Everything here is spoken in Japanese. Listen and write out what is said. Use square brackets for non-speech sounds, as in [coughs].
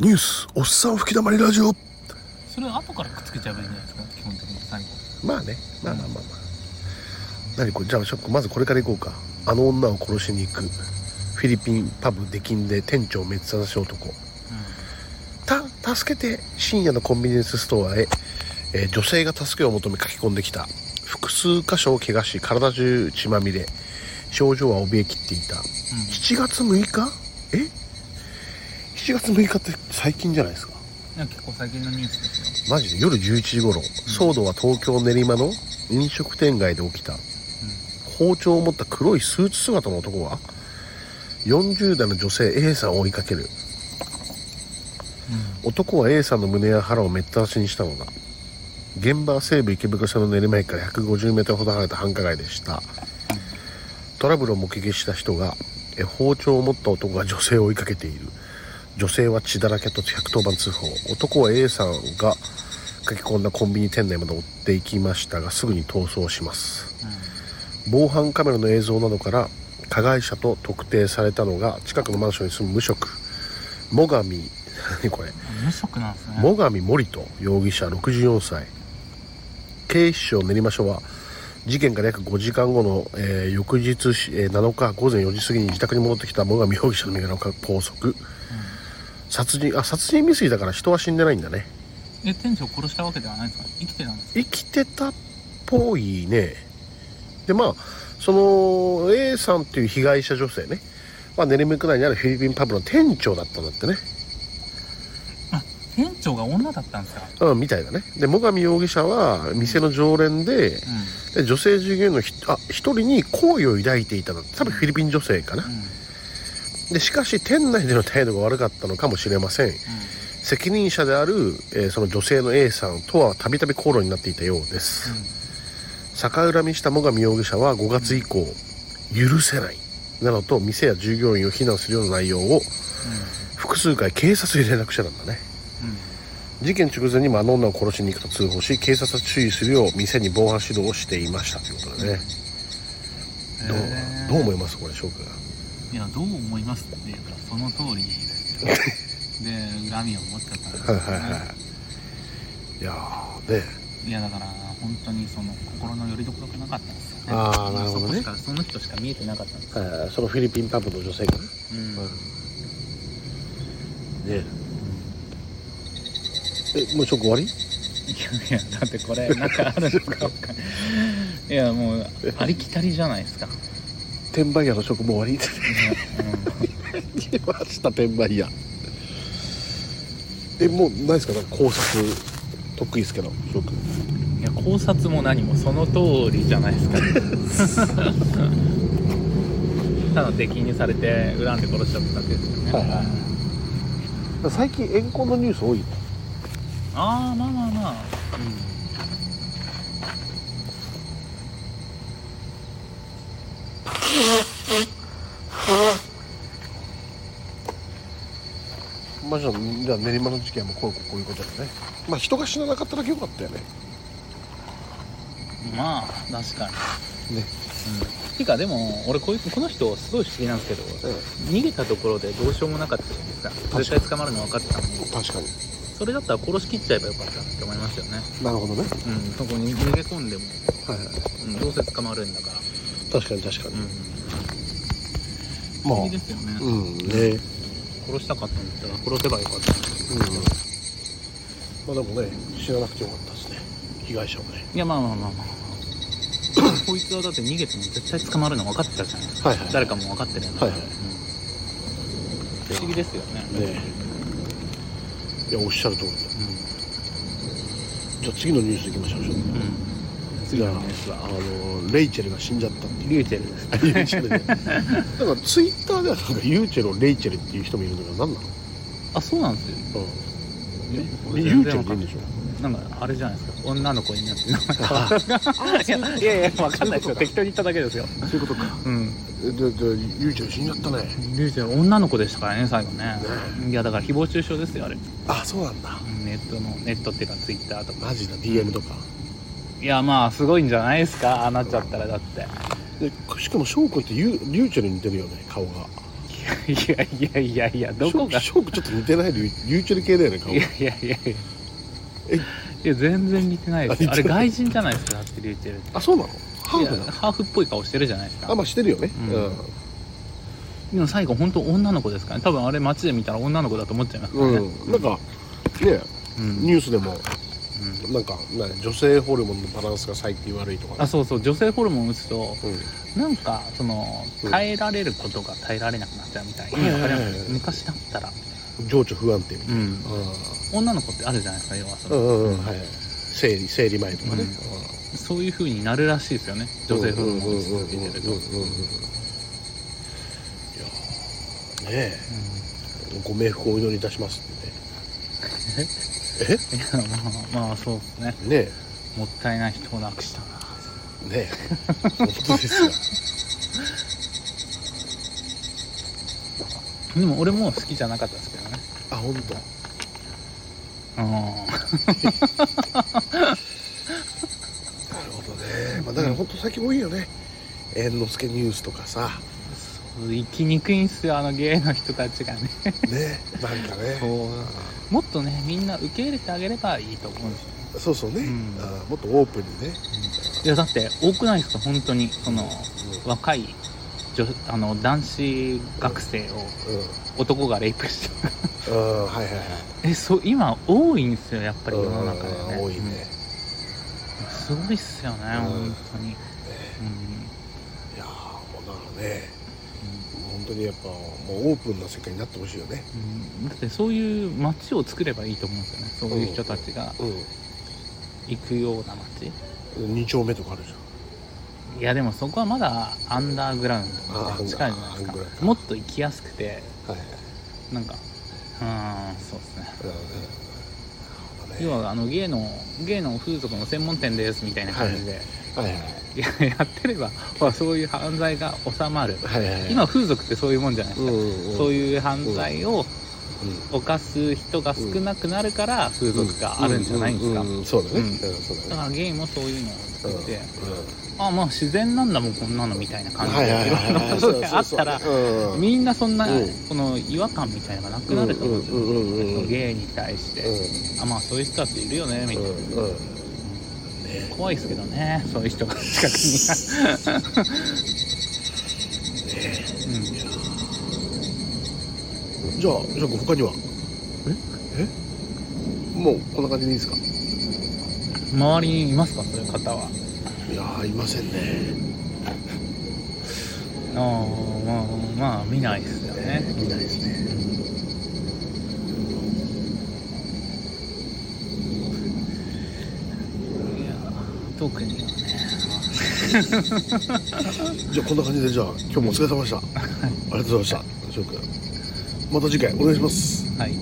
ニュースおっさん吹き溜まりラジオそれ後からくっつけちゃえばいいんじゃないですか基本的に最後まあねまあまあまあまあ何これじゃあショックまずこれから行こうかあの女を殺しに行くフィリピンパブ出禁で店長滅殺し男た助けて深夜のコンビニエンスストアへ、えー女性が助けを求め書き込んできた複数箇所を怪我し体中血まみれ症状は怯えきっていた7月6日え7月6日って最近じゃないですかうんなんか結構最近のニュースですよマジで夜11時頃騒動は東京練馬の飲食店街で起きた包丁を持った黒いスーツ姿の男が40代の女性 A さんを追いかける男は A さんの胸や腹をめった刺しにしたのだ現場は西武池袋線の練馬駅から 150m ほど離れた繁華街でしたトラブルを目撃した人がえ包丁を持った男が女性を追いかけている女性は血だらけと110番通報男は A さんが駆け込んだコンビニ店内まで追っていきましたがすぐに逃走します防犯カメラの映像などから加害者と特定されたのが近くのマンションに住む無職最上 [laughs] 何これうん無職なんですね最上森人容疑者64歳警視庁練馬署は事件から約5時間後の、えー翌日し、えー7日午前4時過ぎに自宅に戻ってきた最上容疑者の身柄を拘束、殺人あ殺人未遂だから人は死んでないんだねえ店長殺したわけではないんですか生きてたんですか生きてたっぽいねでまあその A さんっていう被害者女性ね、まあ、練馬区内にあるフィリピンパブの店長だったんだってねあ店長が女だったんですかうんみたいだねで最上容疑者は店の常連でうで女性従業員のひあ一人に好意を抱いていたんだって多分フィリピン女性かなんうんうんでしかし店内での態度が悪かったのかもしれません責任者である、えーその女性の A さんとはたびたび口論になっていたようです、逆恨みした最上容疑者は5月以降許せないなどと店や従業員を非難するような内容を複数回警察に連絡してたんだね事件直前にもあの女を殺しに行くと通報し警察は注意するよう店に防犯指導をしていましたということでね、どうへーどう思いますこれ翔くんいやどう思いますっていうかその通りですよで恨みを持っちゃったんではすいよはいはねいいやーねいやだから本当にその心の拠り所がなかったんですよねあーなるほどねそこしかその人しか見えてなかったんですえよ、ーそのフィリピンパブの女性かな、うんねえもう翔くん終わりいやいやだってこれなんかあるのかわかんないいやもうありきたりじゃないですか、転売屋の翔くんもう終わり出ました転売屋えもうないですかなんか考察得意ですけど翔くんうんいや考察も何もその通りじゃないですかただ出禁にされて恨んで殺しちゃっただけですよね、はいはい最近怨恨のニュース多いねああまあまあまあまあじゃあじゃあ練馬の事件もこうこうこういうことだねまあ人が死ななかっただけよかったよねまあ確かにねてかでも俺こういうこの人すごい不思議なんですけど、逃げたところでどうしようもなかったじゃないですかかに絶対捕まるの分かってたのに確かにそれだったら殺しきっちゃえばよかったなって思いますよねなるほどねうんそこに逃げ込んでも、はいはいうん、どうせ捕まるんだから確かに確かにうんま不思議であすよね、うんね殺したかったんだったら殺せばよかったうんまあでもね死ななくてよかったですね被害者もねいやまあまあまあまあ [coughs] こいつはだって逃げても絶対捕まるの分かってたじゃないですかはいはい誰かも分かってるんだから、はいはいうん不思議ですよね、ねいやおっしゃる通りだうんじゃあ次のニュースいきましょううん次次ののニニューュースあスはのレイチェルが死んじゃった [laughs] っていうリューチェルですリューチェルでなんかツイッターではなんかユーチェルレイチェルっていう人もいるのが何なの、あそうなんですようん、ユーチェルでいいんでしょなんかあれじゃないですか女の子になって名前変わったいやいやいやわかんないですよ適当に言っただけですよそういうことかうんえででユーチェル死んじゃったねリューチェル女の子でしたからね最後ねいやだから誹謗中傷ですよあれあそうなんだネットのネットっていうかツイッターとかマジだ DM とかいやまあすごいんじゃないですかああなっちゃったらだってでしかも翔子ってユーリューチェルに似てるよね顔がいいやいやいやいやどこがショークちょっと似てないリュリューチェル系だよね顔いやいやいやいやえいや全然似てないですよああ似れてない外人じゃないですかだってリューチェルってあそうなのハーフないやのハーフっぽい顔してるじゃないですかあまあしてるよねうんうんでも最後本当女の子ですからね多分あれ街で見たら女の子だと思っちゃいますからねうん、なんかねうんニュースでもうんなんか、ね、女性ホルモンのバランスが最近悪いとか、あそうそう女性ホルモン打つとうん、なんかそのうん耐えられることが耐えられなくなっちゃうみたいうんにわかります昔だったら、情緒不安定みたいうん、な、女の子ってあるじゃないですか要はそうん、の、うんうんはい生理生理前とかね、うんそういう風になるらしいですよね女性ホルモン打つ続続けけてるてとるといやーねえご冥福をお祈りいたしますってねいや [laughs] まあまあそうですねえねもったいない人をなくしたなえ [laughs] ねえ本当ですよでも俺も好きじゃなかったですけどねあ本当うなるほどね、まあ、だから本当最近多いよね猿之助ニュースとかさんそう生きにくいんすよあの芸の人たちがねねえなんかね [laughs] そうもっとねみんな受け入れてあげればいいと思うんですよねそうそうね、うんあーもっとオープンにね、いやだって多くないですか本当にその若い女あの男子学生をうん男がレイプしてうん、うん、はいはいはい [laughs] えそう今多いんですよやっぱり世うんの中でね多いね、うんすごいっすよね、うん本当に、いやーもうなんかね本当にやっぱもうオープンな世界になってほしいよねうんうん、だってそういう街を作ればいいと思うんですよねそういう人たちがう行くような街ん2丁目とかあるじいやでもそこはまだアンダーグラウンドみたいな近いじゃないですあーアンダーグラウンかドもっと行きやすくてゃんはいなんかうーんそうですねはい要ははあの芸の芸の風俗の専門店ですみたいな感じで、いはいいややってればほらそういう犯罪が収まるはいはいはい今風俗ってそういうもんじゃないでうすんうか、んうんそういう犯罪をうん犯す人が少なくなるから風俗があるんじゃないんですか、うううんそうだねうんうんそうだだねから芸もそういうのを作って、うあまあ自然なんだもんこんなのみたいな感んじはいではいいろはいんなはいことがあったらそうそうそううんみんなそんな、うんこの違和感みたいなのがなくなると思うんですよ、うんうんうんうんうん芸に対して、あまあそういう人だっているよねみたいな、うんうんね怖いですけどねそういう人 [laughs] が [laughs] 近くにじゃあじゃあ他にはええもうこんな感じでいいですかうん、周りにいますかそういう方はいやーいませんねあーまあまあ見ないですよね見ないですねいや特にはねじゃあこんな感じでじゃあ今日もお疲れ様でした。ありがとうございました。翔くん。また次回お願いします。はい